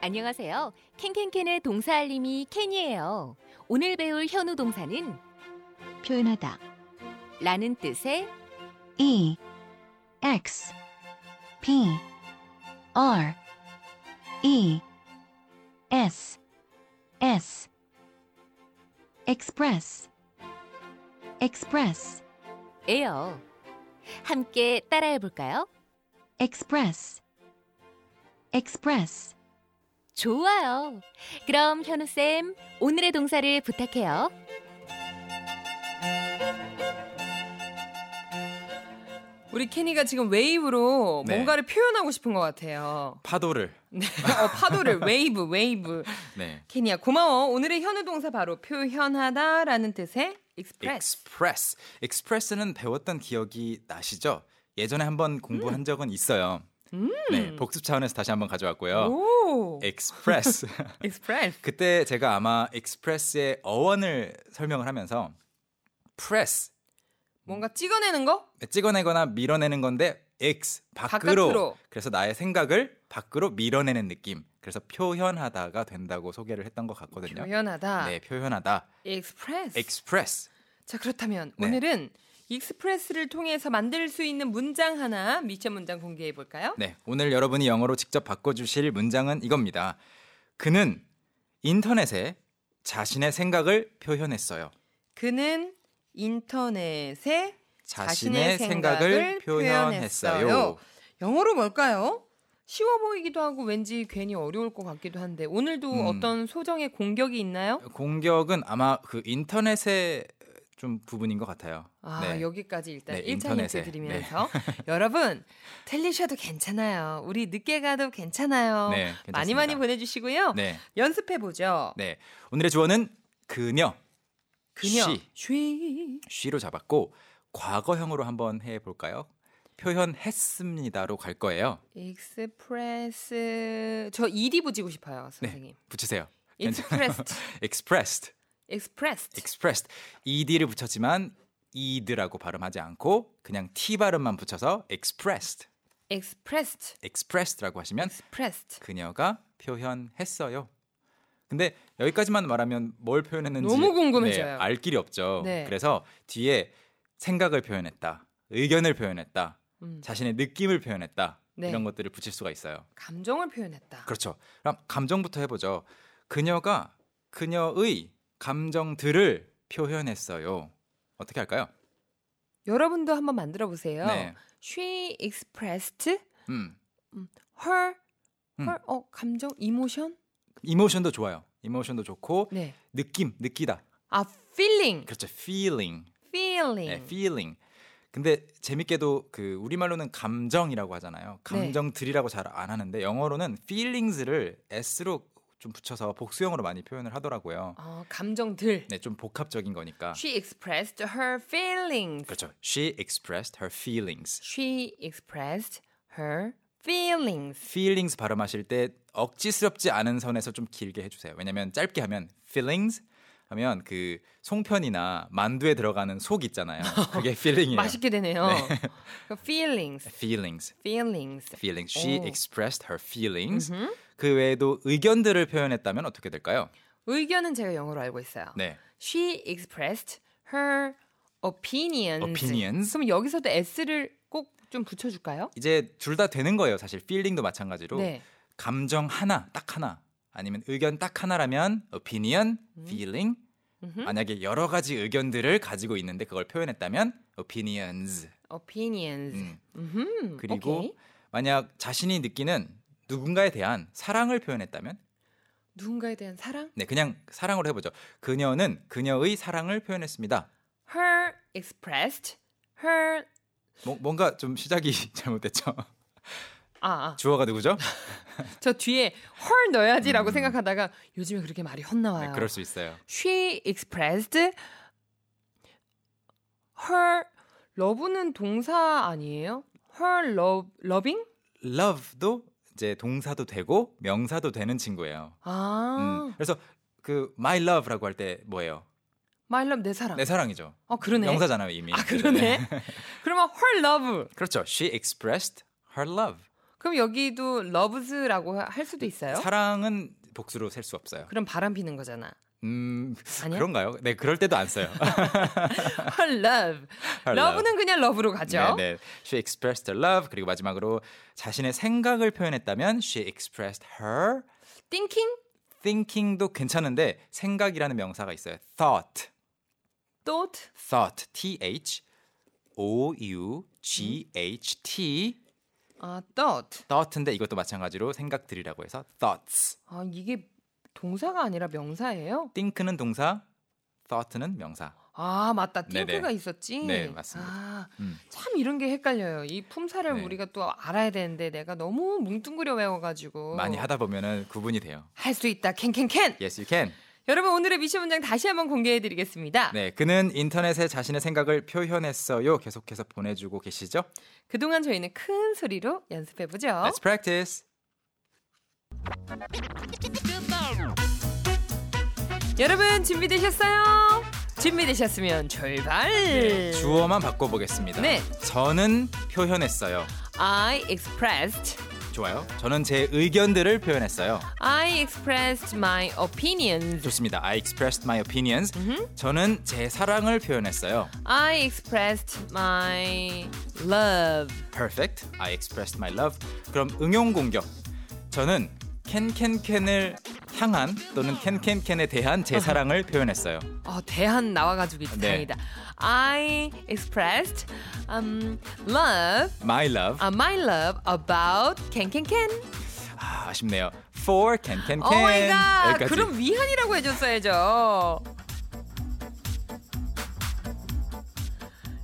안녕하세요. 캔캔캔의 동사 알림이 캔이에요. 오늘 배울 현우 동사는 표현하다 라는 뜻의 E X P R E S S express express 에요. 함께 따라해 볼까요? express express 좋아요. 그럼 현우쌤, 오늘의 동사를 부탁해요. 우리 케니가 지금 웨이브로 네. 뭔가를 표현하고 싶은 것 같아요. 파도를 네. 어, 파도를 웨이브 웨이브. 네. 케니야 고마워. 오늘의 현우 동사 바로 표현하다라는 뜻의 express. express. express는 배웠던 기억이 나시죠? 예전에 한번 공부한 적은 있어요. 네, 복습 차원에서 다시 한번 가져왔고요. 음. 오. express. express. 그때 제가 아마 express의 어원을 설명을 하면서 press 뭔가 찍어내는 거? 찍어내거나 밀어내는 건데 x 밖으로. 바깥으로. 그래서 나의 생각을 밖으로 밀어내는 느낌. 그래서 표현하다가 된다고 소개를 했던 것 같거든요. 표현하다. 네, 표현하다. express. express. 자 그렇다면 네. 오늘은 익스프레스를 통해서 만들 수 있는 문장 하나 미션 문장 공개해 볼까요? 네, 오늘 여러분이 영어로 직접 바꿔주실 문장은 이겁니다. 그는 인터넷에 자신의 생각을 표현했어요. 그는 인터넷에 자신의, 생각을, 표현했어요. 영어로 뭘까요? 쉬워 보이기도 하고 왠지 괜히 어려울 것 같기도 한데 오늘도 음. 어떤 소정의 공격이 있나요? 공격은 아마 그 인터넷의 좀 부분인 것 같아요. 아 네. 여기까지 일단 네, 1차 힌트 인터넷에. 네. 드리면서 여러분 틀리셔도 괜찮아요. 우리 늦게 가도 괜찮아요. 네, 많이 괜찮습니다. 많이 보내주시고요. 네, 연습해 보죠. 네. 오늘의 주어는 그녀, 그녀 she. 쉬. 쉬로 잡았고 과거형으로 한번 해볼까요? 표현했습니다로 갈 거예요. 익스프레스 저 ED 붙이고 싶어요 네. 선생님. 붙이세요. 익스프레스트 expressed, 익스프레스트 expressed. ed를 붙였지만 ed라고 발음하지 않고 그냥 t 발음만 붙여서 expressed, 익스프레스트 expressed라고 하시면 익스프레스트 그녀가 표현했어요. 근데 여기까지만 말하면 뭘 표현했는지 너무 궁금해져요. 네, 알 길이 없죠. 네. 그래서 뒤에 생각을 표현했다, 의견을 표현했다, 음. 자신의 느낌을 표현했다 네. 이런 것들을 붙일 수가 있어요. 감정을 표현했다. 그렇죠. 그럼 감정부터 해보죠. 그녀가 그녀의 감정들을 표현했어요. 어떻게 할까요? 여러분도 한번 만들어 보세요. 네. She expressed 음. her 음. her 어 감정 emotion 이모션도 좋아요. 이모션도 좋고 네. 느낌, 느끼다. 아 feeling 그렇죠. feeling. feeling 네, feeling. 근데 재밌게도 그 우리말로는 감정이라고 네. 하잖아요. 감정들이라고 잘 안 하는데 영어로는 feelings를 s로 좀 붙여서 복수형으로 많이 표현을 하더라고요. 어, 감정들 네, 좀 복합적인 거니까. She expressed her feelings. 그렇죠. She expressed her feelings. She expressed her feelings. feelings 발음하실 때 억지스럽지 않은 선에서 좀 길게 해주세요. 왜냐면 짧게 하면 feelings 하면 그 송편이나 만두에 들어가는 속 있잖아요. 그게 feeling이에요. 맛있게 되네요. 그 feelings, feelings. feelings. feelings. She 오. expressed her feelings. 그 외에도 의견들을 표현했다면 어떻게 될까요? 의견은 제가 영어로 알고 있어요. 네. She expressed her opinions. opinions. 그럼 여기서도 s를 꼭 좀 붙여줄까요? 이제 둘 다 되는 거예요. 사실 feeling도 마찬가지로 네. 감정 하나 딱 하나 아니면 의견 딱 하나라면 opinion, 음. feeling. 만약에 여러 가지 의견들을 가지고 있는데 그걸 표현했다면 opinions. opinions. 음. 음흠, 그리고 오케이. 만약 자신이 느끼는 누군가에 대한 사랑을 표현했다면 누군가에 대한 사랑? 네 그냥 사랑으로 해보죠. 그녀는 그녀의 사랑을 표현했습니다. Her expressed her 뭐- 뭔가 좀 시작이 잘못됐죠. 아, 아, 주어가 누구죠? 저 뒤에 her 넣어야지라고 생각하다가 요즘에 그렇게 말이 헛나와요. 음. 네, 그럴 수 있어요. She expressed her love는 동사 아니에요? Her love loving? Love도 이제 동사도 되고 명사도 되는 친구예요. 아, 음, 그래서 그 my love라고 할 때 뭐예요? my love 내 사랑. 내 사랑이죠. 어 그러네. 명사잖아요 이미. 네. 아 그러네. 그러면 her love 그렇죠. She expressed her love. 그럼 여기도 love's라고 할 수도 있어요? 사랑은 복수로 셀 수 없어요. 그럼 바람 피는 거잖아. 음 아니야? 그런가요? 네 그럴 때도 안 써요. Her love. 러브는 그냥 러브로 가죠. 네, 네. She expressed her love 그리고 마지막으로 자신의 생각을 표현했다면 she expressed her Thinking thinking도 괜찮은데 생각이라는 명사가 있어요. thought, thought thought, t h o u g h t 아 thought. thought인데 이것도 마찬가지로 생각들이라고 해서 thoughts. 아 이게 동사가 아니라 명사예요? think는 동사, thought는 명사. 아 맞다. 네네. think가 있었지. 네, 맞습니다. 아, 음. 참 이런 게 헷갈려요. 이 품사를 네. 우리가 또 알아야 되는데 내가 너무 뭉뚱그려 외워가지고 많이 하다 보면은 구분이 돼요. 할 수 있다. 캔캔캔. Yes, you can. 여러분 오늘의 미션 문장 다시 한번 공개해드리겠습니다. 네, 그는 인터넷에 자신의 생각을 표현했어요. 계속해서 보내주고 계시죠? 그동안 저희는 큰 소리로 연습해보죠. Let's practice. 여러분 준비되셨어요? 준비되셨으면 출발. 네, 주어만 바꿔보겠습니다. 네. 저는 표현했어요. I expressed. 좋아요. 저는 제 의견들을 표현했어요. I expressed my opinions. 좋습니다. I expressed my opinions. 저는 제 사랑을 표현했어요. I expressed my love. Perfect. I expressed my love. 그럼 응용 공격. 저는 캔캔캔을 향한 또는 캔캔캔에 대한 제 사랑을 표현했어요. 어, 대한 나와가지고 이제 네. 다행이다. I expressed um, love, My love. uh, my love about 캔캔캔. 아, 아쉽네요. For 캔캔캔. 오 마이 갓. 여기까지. Oh 그럼 위안이라고 해줬어야죠.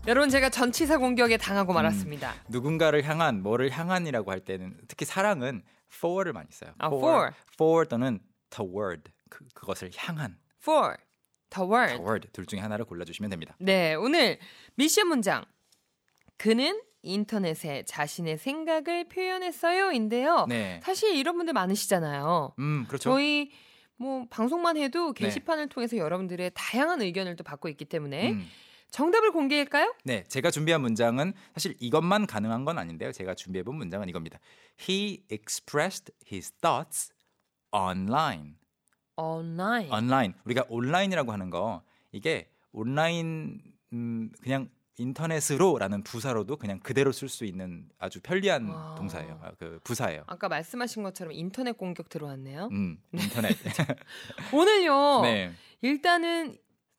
여러분 제가 전치사 공격에 당하고 음. 말았습니다. 누군가를 향한 뭐를 향한이라고 할 때는 특히 사랑은 for를 많이 써요. 아, for. for 또는 toward 그, 그것을 향한 For the word. toward 둘 중에 하나를 골라주시면 됩니다. 네, 오늘 미션 문장. 그는 인터넷에 자신의 생각을 표현했어요인데요. 네. 사실 이런 분들 많으시잖아요. 음 그렇죠. 저희 뭐 방송만 해도 네. 게시판을 통해서 여러분들의 다양한 의견을 또 받고 있기 때문에 음. 정답을 공개할까요? 네, 제가 준비한 문장은 사실 이것만 가능한 건 아닌데요. 제가 준비해본 문장은 이겁니다. He expressed his thoughts online. Online. online 우리가 온라인이라고 하는 거 이게 온라인 음, 그냥 인터넷으로라는 부사로도 그냥 그대로 쓸 수 있는 아주 편리한 와. 동사예요. 아, 그 부사예요. 아까 말씀하신 것처럼 인터넷 공격 들어왔네요. 어, 음, 인터넷. 오늘요. 네. 일단은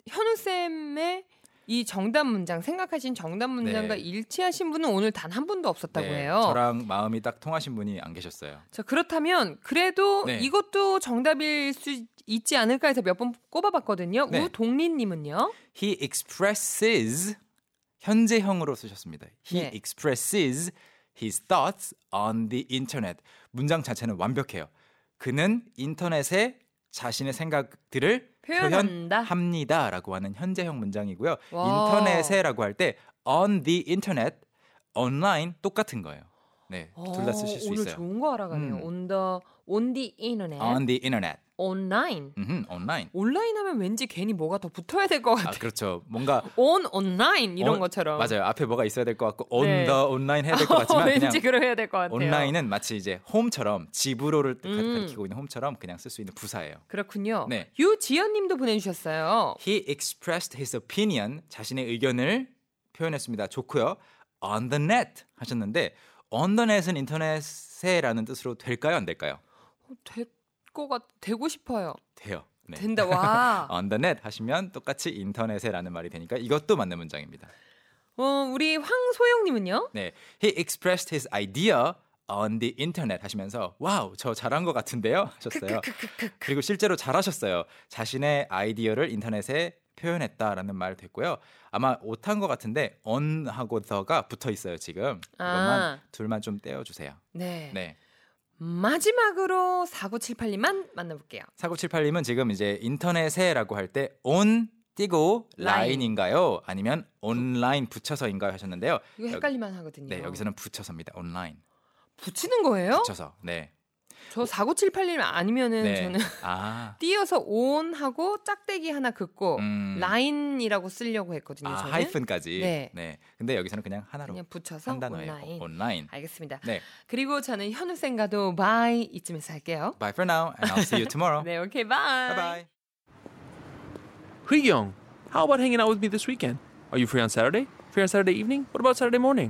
현우 쌤의 이 정답 문장 생각하신 정답 문장과 네. 일치하신 분은 오늘 단 한 분도 없었다고 네, 해요. 저랑 마음이 딱 통하신 분이 안 계셨어요. 자, 그렇다면 그래도 네. 이것도 정답일 수 있지 않을까 해서 몇 번 꼽아봤거든요. 네. 우동린님은요. He expresses 현재형으로 쓰셨습니다. He 네. expresses his thoughts on the internet. 문장 자체는 완벽해요. 그는 인터넷에 자신의 생각들을 표현한다. 표현합니다라고 하는 현재형 문장이고요. 아. 와. 인터넷에라고 할 때 on the internet, online 똑같은 거예요. 네, 둘 다 쓰실 수 어, 오늘 있어요. 좋은 거 알아가네요. 음. 아, 네. on the on the internet, on the internet, online. 음, online. 온라인 하면 왠지 괜히 뭐가 더 붙어야 될 것 아 같아. 그렇죠. 뭔가 on online 이런 on- 것처럼. 맞아요. 앞에 뭐가 있어야 될 것 같고 on 어. 네. the online 해야 될 것 같지만 그냥 왠지 그래야 될 것 같아요. 온라인은 마치 이제 홈처럼 집으로를 가- 음. 가리키고 있는 홈처럼 그냥 쓸 수 있는 부사예요. 그렇군요. 네. 유지연님도 보내주셨어요. He expressed his opinion 자신의 의견을 표현했습니다. 좋고요. On the net 하셨는데 on the net은 인터넷에라는 뜻으로 될까요? 안 될까요? 어, 될것 같, 되고 싶어요. 돼요. 네. 된다. 와. on the net 하시면 똑같이 인터넷에라는 말이 되니까 이것도 맞는 문장입니다. 어, 우리 황소영님은요. 네, he expressed his idea on the internet 하시면서 와우 저 잘한 것 같은데요 그, 하셨어요. 그리고 실제로 잘하셨어요. 자신의 아이디어를 인터넷에 표현했다라는 말 됐고요. 아마 못한 것 같은데 on 하고 the가 붙어 있어요 지금. 이것만 아. 둘만 좀 떼어주세요. 네. 마지막으로 4978님만 만나볼게요. 4978님은 지금 이제 인터넷에라고 할 때 on 띄고 라인. 라인인가요? 아니면 온라인 붙여서인가요? 하셨는데요. 네, 이거 여기- 헷갈리만 하거든요. 네, 여기서는 네. 붙여서입니다. 온라인. 붙이는 거예요? 붙여서. 네. 저 4978님 아니면은 저는 아. 띄어서 온 하고 짝대기 하나 긋고 음. 라인이라고 쓰려고 했거든요. 아, 저는 하이픈까지. 네. 네. 근데 여기서는 그냥 하나로 그냥 붙여서 아. 한 단어예요. 온라인. 온라인. 알겠습니다. 네. 그리고 저는 현우 생가도 바이 이쯤에서 할게요. Bye for now and I'll see you tomorrow. 네, 오케이 Bye 바이. bye. Young, how about hanging out with me this weekend? Are you free on Saturday? Free on Saturday evening? What about Saturday morning?